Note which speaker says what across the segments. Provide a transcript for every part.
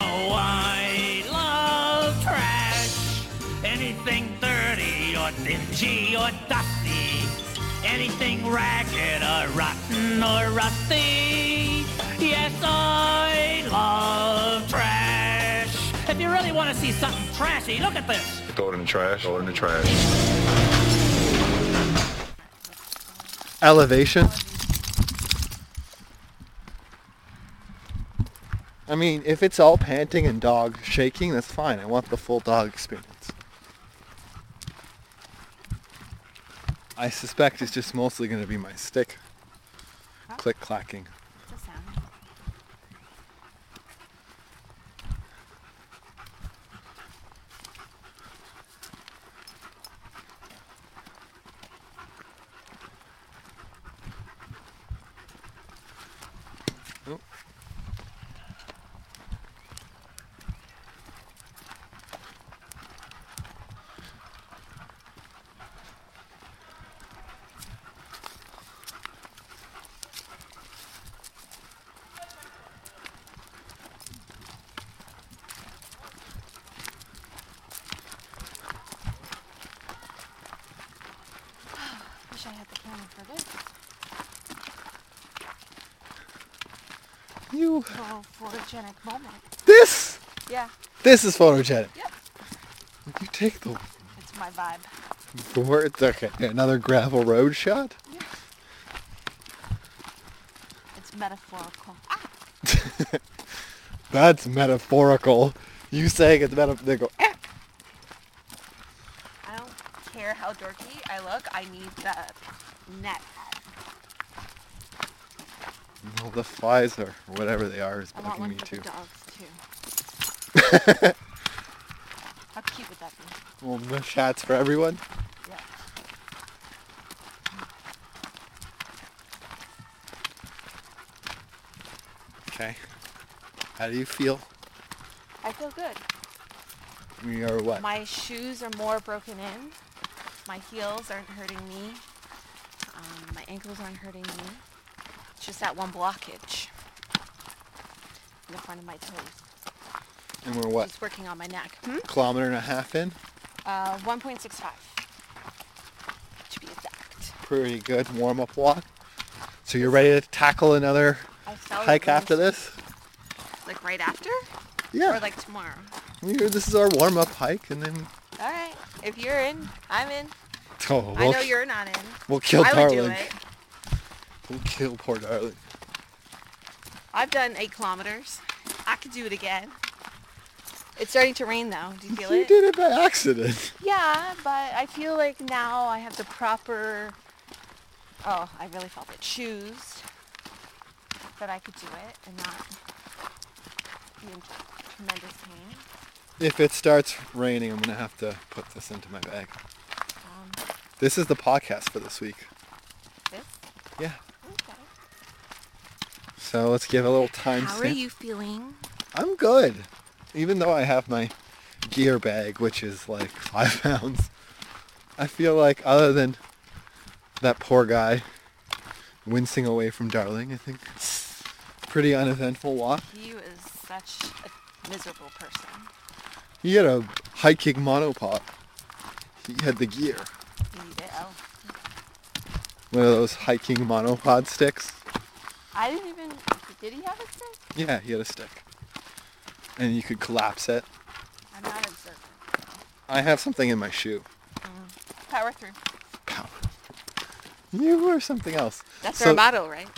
Speaker 1: Oh, dingy or dusty, anything ragged or rotten or rusty. Yes, I love trash. If you really want to see something trashy, look at this.
Speaker 2: Throw it in the trash. Throw it in the trash.
Speaker 3: Elevation. I mean, if it's all panting and dog shaking, that's fine. I want the full dog experience. I suspect it's just mostly going to be my stick click clacking.
Speaker 4: It's a sound. Wish I had the camera for this.
Speaker 3: You.
Speaker 4: Oh, photogenic moment.
Speaker 3: This.
Speaker 4: Yeah.
Speaker 3: This is photogenic.
Speaker 4: Yep.
Speaker 3: You take the
Speaker 4: It's my vibe.
Speaker 3: The words. Okay, another gravel road shot.
Speaker 4: It's metaphorical. Ah,
Speaker 3: That's metaphorical. You saying it's metaphorical. They go. "Ah."
Speaker 4: I don't care how dorky I look. I need the net.
Speaker 3: Well, the flies or whatever they are is
Speaker 4: I want
Speaker 3: bugging
Speaker 4: one
Speaker 3: me
Speaker 4: for
Speaker 3: too.
Speaker 4: the dogs too. how cute would that be?
Speaker 3: Well, the shots for everyone.
Speaker 4: Yeah.
Speaker 3: Okay. How do you feel?
Speaker 4: I feel good.
Speaker 3: We are what?
Speaker 4: My shoes are more broken in. My heels aren't hurting me. Um, my ankles aren't hurting me. It's just that one blockage in the front of my toes.
Speaker 3: and we're what?
Speaker 4: It's working on my neck. Hmm?
Speaker 3: Kilometer and a half in.
Speaker 4: Uh, 1.65 to be exact.
Speaker 3: Pretty good warm up walk. So you're ready to tackle another
Speaker 4: I fell
Speaker 3: hike
Speaker 4: really-
Speaker 3: after this?
Speaker 4: Like right after?
Speaker 3: Yeah.
Speaker 4: Or like tomorrow?
Speaker 3: We- this is our warm up hike, and then
Speaker 4: All right. If you're in, I'm in.
Speaker 3: oh,
Speaker 4: I
Speaker 3: we'll-
Speaker 4: know you're not in.
Speaker 3: We'll kill
Speaker 4: I would
Speaker 3: darling.
Speaker 4: do it.
Speaker 3: We'll kill poor darling.
Speaker 4: I've done eight kilometers. I could do it again. It's starting to rain though. Do you feel
Speaker 3: you
Speaker 4: it?
Speaker 3: did it by accident.
Speaker 4: Yeah, but I feel like now I have the proper. Oh, I really felt it. Shoes that I could do it and not be in tremendous pain.
Speaker 3: If it starts raining, I'm gonna have to put this into my bag.
Speaker 4: Um,
Speaker 3: This is the podcast for this week.
Speaker 4: this.
Speaker 3: Yeah.
Speaker 4: Okay.
Speaker 3: So let's give a little time.
Speaker 4: How are you feeling?
Speaker 3: I'm good. Even though I have my gear bag, which is like five pounds, I feel like other than that poor guy wincing away from darling, I think pretty uneventful walk.
Speaker 4: He is such a miserable person.
Speaker 3: He had a hiking monopod. He had the gear.
Speaker 4: He did- oh.
Speaker 3: One of those hiking monopod sticks.
Speaker 4: I didn't even. Did he have a stick?
Speaker 3: Yeah, he had a stick. And you could collapse it.
Speaker 4: I'm not observant.
Speaker 3: I have something in my shoe.
Speaker 4: Power through.
Speaker 3: Power. You were something else.
Speaker 4: That's
Speaker 3: So-
Speaker 4: our motto, right?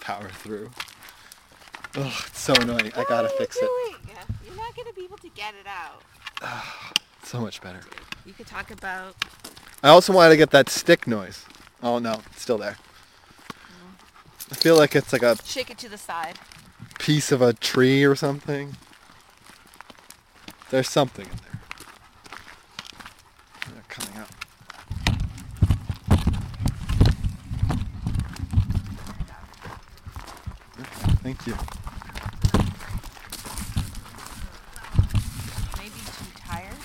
Speaker 3: Power through. Ugh, it's so annoying. I gotta fix it.
Speaker 4: it. You're not gonna be able to get it out.
Speaker 3: So much better.
Speaker 4: You could talk about
Speaker 3: I also wanted to get that stick noise. Oh no, it's still there. I feel like it's like a
Speaker 4: shake it to the side.
Speaker 3: piece of a tree or something. There's something in there. They're coming up. Okay, Thank you.
Speaker 4: Maybe too tired.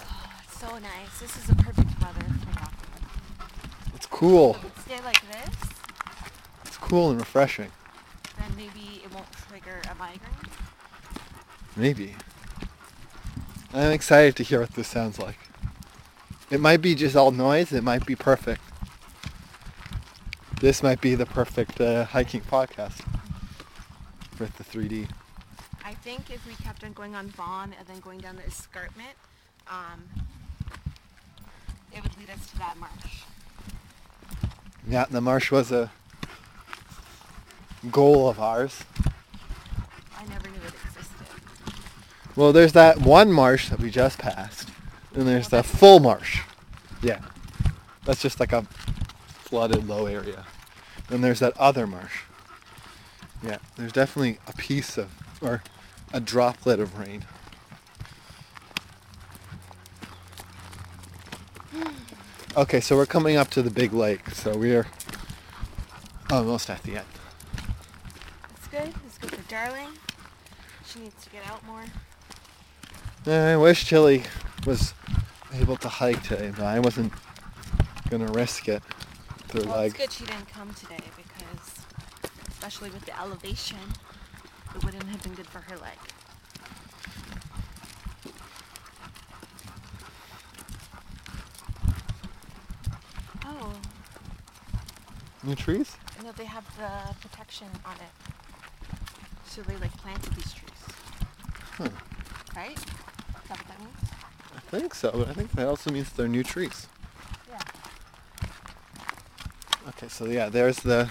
Speaker 4: Oh, it's So nice. This is a perfect weather for walking.
Speaker 3: It's cool.
Speaker 4: If it stay like this,
Speaker 3: It's cool and refreshing.
Speaker 4: then maybe it won't trigger a migraine.
Speaker 3: Maybe. I'm excited to hear what this sounds like. It might be just all noise. It might be perfect. This might be the perfect uh, hiking podcast with the 3D.
Speaker 4: I think if we kept on going on Vaughn and then going down the escarpment, um, it would lead us to that marsh.
Speaker 3: Yeah, the marsh was a goal of ours.
Speaker 4: I never knew it existed.
Speaker 3: Well, there's that one marsh that we just passed, and there's the full marsh. Yeah, that's just like a flooded low area. And there's that other marsh. Yeah, there's definitely a piece of, or a droplet of rain. Okay, so we're coming up to the big lake, so we are almost at the end.
Speaker 4: It's good. It's good for Darling. She needs to get out more.
Speaker 3: Yeah, I wish Chili was able to hike today, but I wasn't gonna risk it. Through
Speaker 4: Well,
Speaker 3: like
Speaker 4: it's good she didn't come today because, especially with the elevation, it wouldn't have been good for her leg. Oh,
Speaker 3: new trees.
Speaker 4: no, they have the protection on it. So they like planted these trees.
Speaker 3: Huh.
Speaker 4: Right? Is that what that means?
Speaker 3: I think so, but I think that also means they're new trees.
Speaker 4: Yeah.
Speaker 3: Okay, so yeah, there's the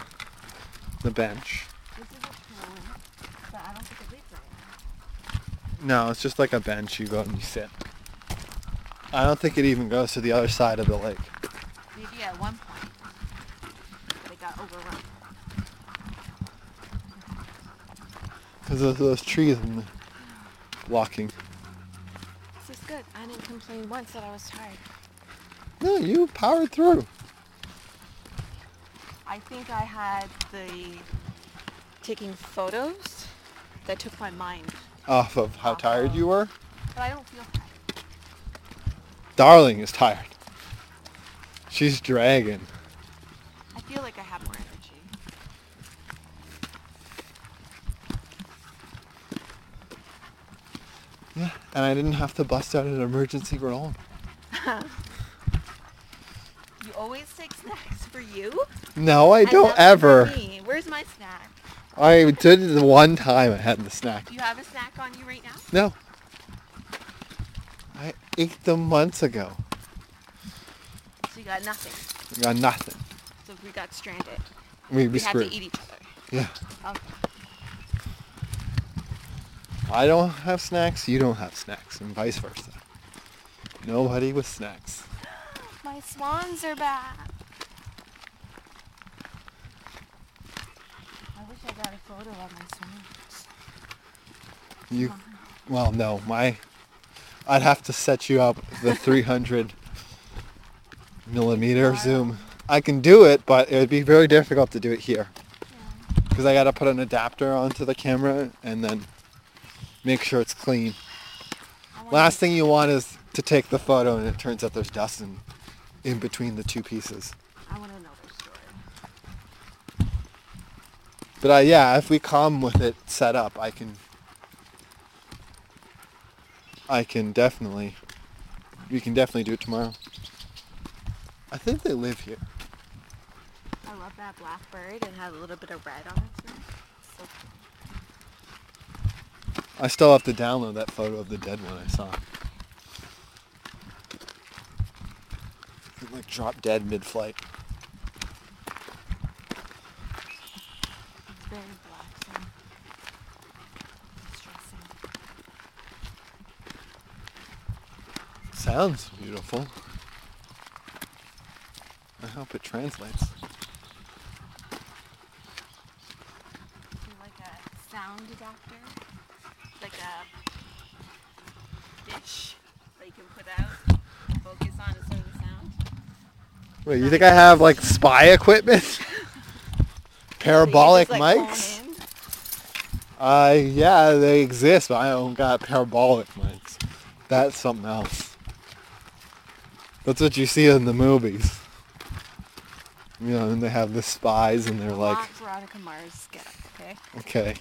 Speaker 3: the bench.
Speaker 4: This is a prune, but I don't think it leaves anywhere.
Speaker 3: No, it's just like a bench. You go and you sit. I don't think it even goes to the other side of the lake.
Speaker 4: Maybe at one point they got overrun.
Speaker 3: Because of those trees and the blocking.
Speaker 4: This is good. I didn't complain once that I was tired.
Speaker 3: No, you powered through.
Speaker 4: I think I had the taking photos that took my mind,
Speaker 3: Off of how tired you were.
Speaker 4: but I don't feel tired.
Speaker 3: Darling is tired. She's dragging.
Speaker 4: I feel like I have more energy.
Speaker 3: Yeah, and I didn't have to bust out an emergency granola.
Speaker 4: You always take snacks for you.
Speaker 3: No, I
Speaker 4: and
Speaker 3: don't
Speaker 4: nothing for
Speaker 3: ever.
Speaker 4: me. Where's my snack?
Speaker 3: I did it the one time I had the snack.
Speaker 4: Do you have a snack on you right now?
Speaker 3: No. I ate them months ago.
Speaker 4: So you got nothing.
Speaker 3: I got nothing.
Speaker 4: So we got stranded.
Speaker 3: We'd be
Speaker 4: We had
Speaker 3: screwed.
Speaker 4: to eat each other.
Speaker 3: Yeah.
Speaker 4: Okay.
Speaker 3: I don't have snacks, you don't have snacks, and vice versa. Nobody with snacks.
Speaker 4: My swans are back. I wish I got a photo of my swans.
Speaker 3: You, well, no, my, I'd have to set you up the 300 millimeter zoom. I can do it, but it would be very difficult to do it here. Because I gotta put an adapter onto the camera and then make sure it's clean.
Speaker 4: I wanna
Speaker 3: Last thing you want is to take the photo and it turns out there's dust in, in between the two pieces.
Speaker 4: I want to know their story.
Speaker 3: But uh, yeah, if we come with it set up, I can. I can definitely. We can definitely do it tomorrow. I think they live here.
Speaker 4: I love that blackbird and had a little bit of red on its mouth. So cute.
Speaker 3: I still have to download that photo of the dead one I saw. It like dropped dead mid-flight.
Speaker 4: it's very black. So distressing.
Speaker 3: Sounds beautiful. I hope it translates.
Speaker 4: Do you like a sound adapter, like a dish that you can put out, and focus on its own sound.
Speaker 3: Wait, you think I have like spy equipment? Parabolic
Speaker 4: So you can
Speaker 3: mics?
Speaker 4: just, like, hone in.
Speaker 3: Uh, yeah, they exist, but I don't got parabolic mics. That's something else. That's what you see in the movies. You know, and they have the spies, and they're like,
Speaker 4: Not Veronica Mars get up, okay?
Speaker 3: okay,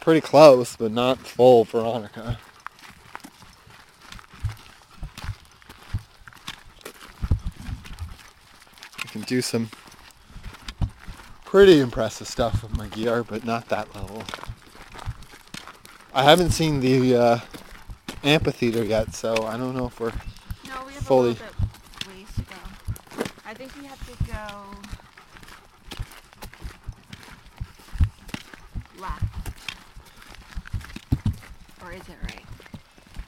Speaker 3: Pretty close, but not full Veronica. I can do some pretty impressive stuff with my gear, but not that level. I haven't seen the uh, amphitheater yet, so I don't know if we're
Speaker 4: No, we have
Speaker 3: Fully.
Speaker 4: a little bit ways to go. I think we have to go left. Or is it right?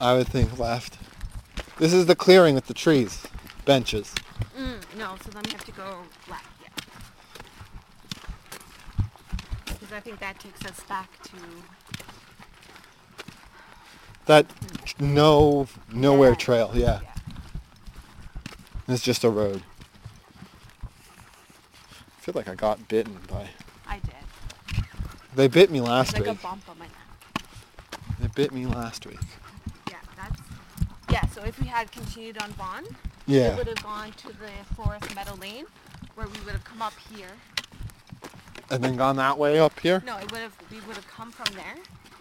Speaker 3: I would think left. This is the clearing with the trees, benches.
Speaker 4: Mm, no, so then we have to go left, yeah. Because I think that takes us back to
Speaker 3: That no nowhere
Speaker 4: Yeah.
Speaker 3: trail, yeah.
Speaker 4: yeah.
Speaker 3: It's just a road. I feel like I got bitten by.
Speaker 4: I did.
Speaker 3: They bit me last
Speaker 4: like a
Speaker 3: week.
Speaker 4: bump on my neck.
Speaker 3: They bit me last week.
Speaker 4: Yeah, that's yeah, so if we had continued on Vaughn, it
Speaker 3: Yeah,
Speaker 4: would have gone to the forest meadow lane where we would have come up here.
Speaker 3: and then gone that way up here.
Speaker 4: No, it would have we would have come from there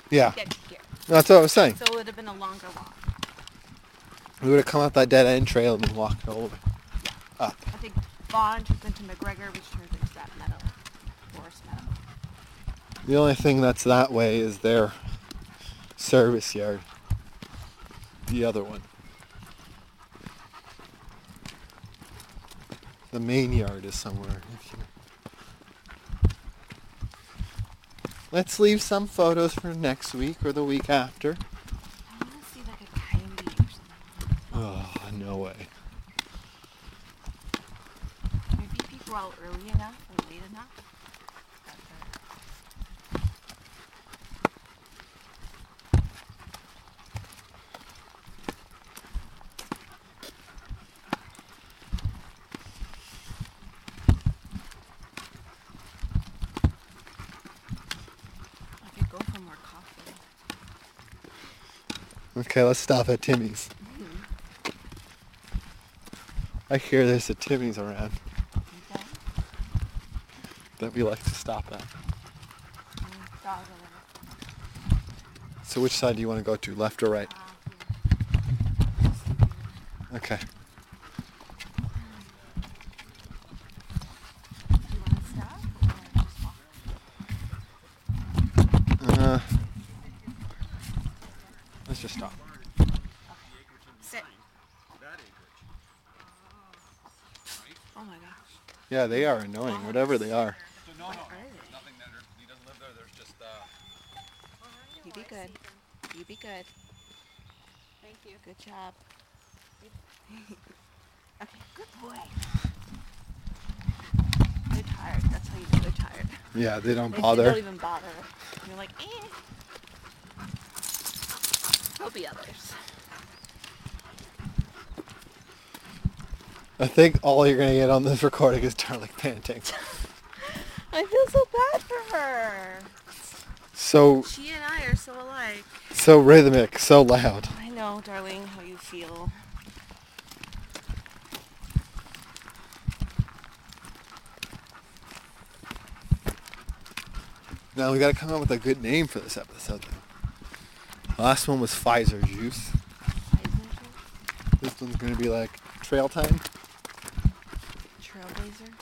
Speaker 3: Yeah,
Speaker 4: to get to here.
Speaker 3: that's what I was saying.
Speaker 4: So it would have been a longer walk.
Speaker 3: We would have come up that dead end trail and then walked all the way up.
Speaker 4: I think Vaughn turns into McGregor, which turns into that meadow. Forest meadow.
Speaker 3: The only thing that's that way is their service yard. The other one. The main yard is somewhere. in here. Let's leave some photos for next week or the week after.
Speaker 4: I wanna see like a coyote or something.
Speaker 3: Oh, no way.
Speaker 4: Maybe people out early enough or late enough. I could go for more coffee.
Speaker 3: Okay, let's stop at Timmy's. Mm-hmm. I hear there's a Timmy's around
Speaker 4: Okay?
Speaker 3: that we like to stop at.
Speaker 4: Mm, dog or whatever.
Speaker 3: So which side do you want to go to, left or right? Okay.
Speaker 4: Do you want to stop or just walk?
Speaker 3: Uh, let's just stop.
Speaker 4: Sit. Oh my gosh.
Speaker 3: Yeah, they are annoying, whatever they are.
Speaker 4: What are they? You be good. You be good. Thank you. Good job. okay, good boy. They're tired. That's how you know they're tired.
Speaker 3: Yeah, they don't
Speaker 4: They don't
Speaker 3: bother.
Speaker 4: even bother. You're like, eh. There'll be others.
Speaker 3: I think all you're gonna get on this recording is Darling panting.
Speaker 4: I feel so bad for her.
Speaker 3: So
Speaker 4: She and I are so alike.
Speaker 3: so rhythmic, so loud.
Speaker 4: I know, darling, how you feel.
Speaker 3: Now we gotta come up with a good name for this episode. Though. Last one was Pfizer juice. This one's gonna be like trail time.
Speaker 4: Trailblazer.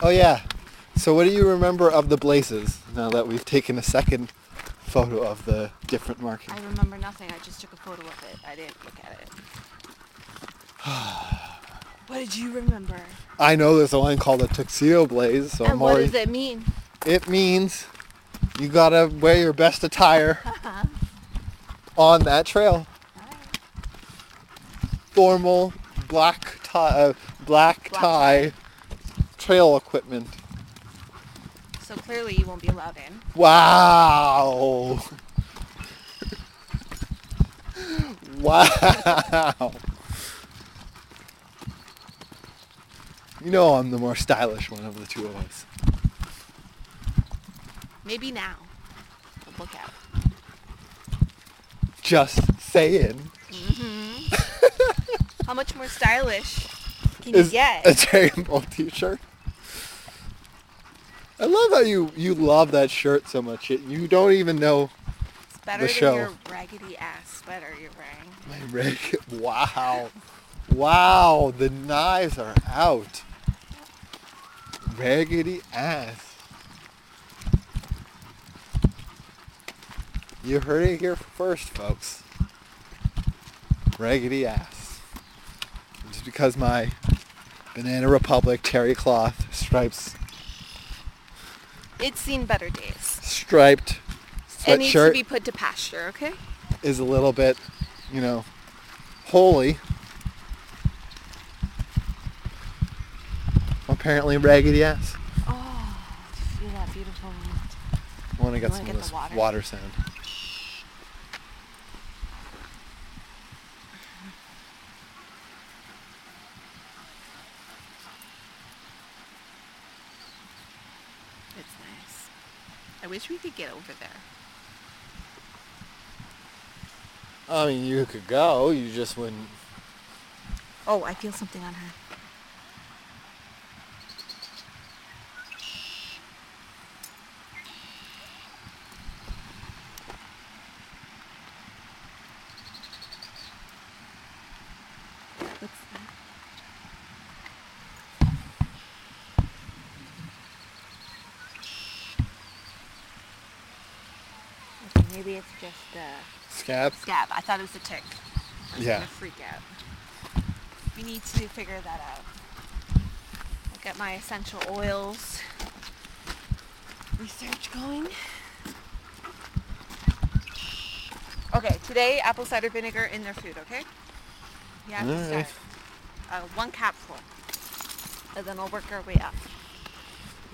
Speaker 3: Oh yeah. So what do you remember of the blazes now that we've taken a second photo of the different markings?
Speaker 4: I remember nothing. I just took a photo of it. I didn't look at it. what did you remember?
Speaker 3: I know there's a line called a tuxedo blaze, so
Speaker 4: and
Speaker 3: I'm
Speaker 4: what
Speaker 3: already
Speaker 4: does it mean?
Speaker 3: It means you gotta wear your best attire
Speaker 4: Uh-huh.
Speaker 3: on that trail. Formal black tie, uh, black, tie, trail equipment.
Speaker 4: So clearly you won't be allowed in.
Speaker 3: Wow. wow. You know I'm the more stylish one of the two of us.
Speaker 4: Maybe now. But look out.
Speaker 3: Just saying.
Speaker 4: How much more stylish can you
Speaker 3: Is
Speaker 4: get?
Speaker 3: a terrible t-shirt. I love how you you love that shirt so much. It, you don't even know
Speaker 4: It's better than
Speaker 3: show.
Speaker 4: your raggedy ass sweater you're wearing.
Speaker 3: my rig. Wow, wow, the knives are out. Raggedy ass. You heard it here first, folks. Raggedy ass. Just because my Banana Republic terry cloth stripes
Speaker 4: It's seen better days.
Speaker 3: striped
Speaker 4: It needs to
Speaker 3: sweatshirt
Speaker 4: be put to pasture, okay?
Speaker 3: is a little bit, you know, holy. Apparently raggedy ass.
Speaker 4: Oh, see that beautiful
Speaker 3: I want to get
Speaker 4: wanna
Speaker 3: some
Speaker 4: get
Speaker 3: of
Speaker 4: the
Speaker 3: this water.
Speaker 4: water?
Speaker 3: sound.
Speaker 4: It's nice. I wish we could get over there.
Speaker 3: I mean, you could go. You just wouldn't.
Speaker 4: Oh, I feel something on her. What's that? Okay, maybe it's just a
Speaker 3: Scab?
Speaker 4: scab. I thought it was a tick.
Speaker 3: Yeah.
Speaker 4: gonna freak out. We need to figure that out. I'll get my essential oils research going. Okay, today apple cider vinegar in their food, okay? Yeah, apple
Speaker 3: Alright.
Speaker 4: cider. Uh, one capful. And then I'll work our way up.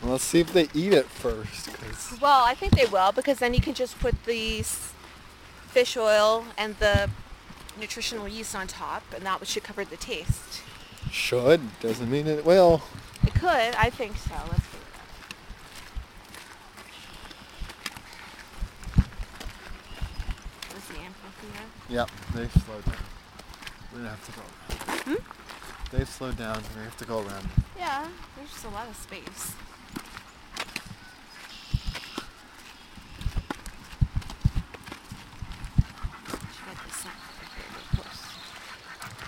Speaker 3: Well, let's see if they eat it first. 'cause-
Speaker 4: Well, I think they will because then you can just put the s- fish oil and the nutritional yeast on top and that should cover the taste.
Speaker 3: should. Doesn't mean it will.
Speaker 4: It could. I think so. Let's figure it out. This is the amphitheater.
Speaker 3: Yep. They've slowed down. We have to go.
Speaker 4: Hmm?
Speaker 3: They've slowed down. We have to go around.
Speaker 4: Yeah, there's just a lot of space. Should get this up here real close.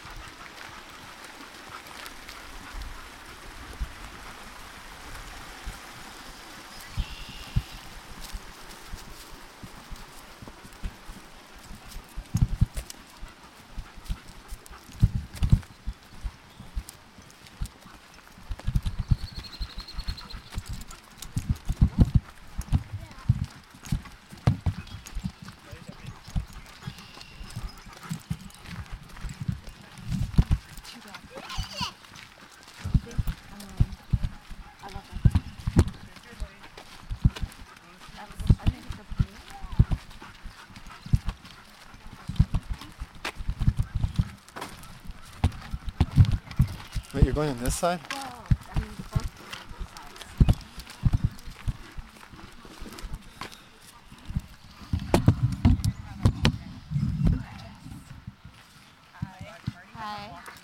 Speaker 3: Wait, you're going on this side?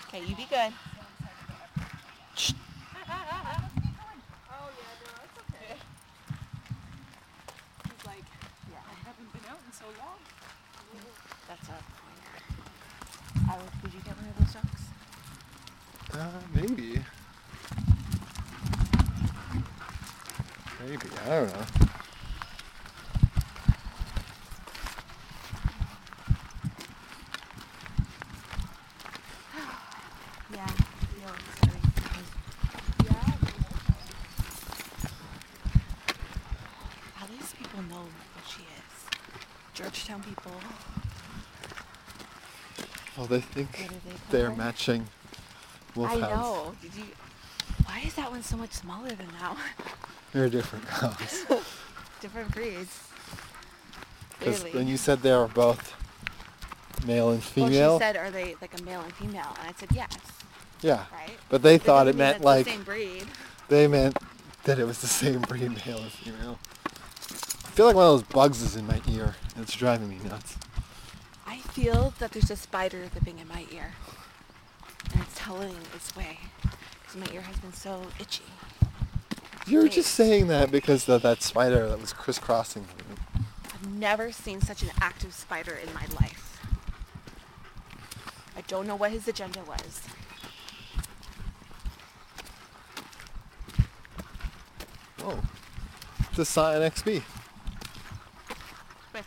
Speaker 4: Okay, you be good. That's a pointer. I would, did you get one of those dogs?
Speaker 3: Uh, maybe. Maybe. I don't know.
Speaker 4: Yeah. At least people know who she is. Georgetown people.
Speaker 3: Well, they think
Speaker 4: What are they
Speaker 3: they're
Speaker 4: called?
Speaker 3: matching
Speaker 4: I
Speaker 3: wolfhounds.
Speaker 4: know. Did you? Why is that one so much smaller than that one?
Speaker 3: They're different hounds.
Speaker 4: Different breeds.
Speaker 3: Because
Speaker 4: Clearly.
Speaker 3: when you said they were both male and female.
Speaker 4: Well, she said, are they like a male and female? And I said, yes.
Speaker 3: yeah.
Speaker 4: Right.
Speaker 3: But they
Speaker 4: That
Speaker 3: thought
Speaker 4: doesn't
Speaker 3: it
Speaker 4: mean
Speaker 3: meant
Speaker 4: that's
Speaker 3: like
Speaker 4: the same breed.
Speaker 3: they meant that it was the same breed, male and female. I feel like one of those bugs is in my ear. and It's driving me nuts.
Speaker 4: I feel that there's a spider living in my ear. And it's telling its way. Because my ear has been so itchy.
Speaker 3: You were just saying that because of that spider that was crisscrossing. you.
Speaker 4: I've never seen such an active spider in my life. I don't know what his agenda was.
Speaker 3: Whoa. It's a Scion XB.
Speaker 4: Which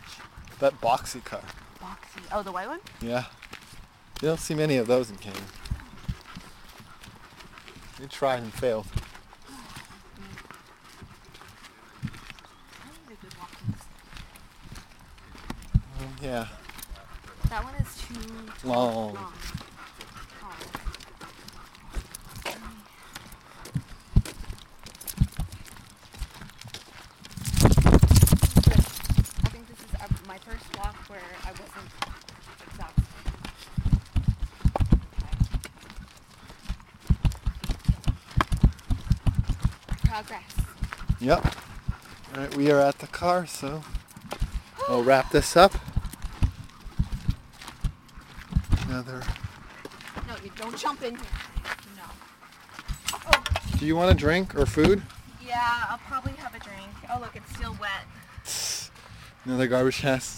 Speaker 3: That boxy car.
Speaker 4: boxy? Oh, the white one?
Speaker 3: Yeah. You don't see many of those in Canada. They tried and failed. Um, Yeah.
Speaker 4: That one is too
Speaker 3: Long.
Speaker 4: long. Oh. I think this is uh, my first walk where I wasn't exhausted. Progress.
Speaker 3: Yep. All right, we are at the car, so I'll wrap this up. Another.
Speaker 4: No, you don't jump in here. No.
Speaker 3: Do you want a drink or food?
Speaker 4: Yeah, I'll probably have a drink. Oh, look, it's still wet.
Speaker 3: Another garbage has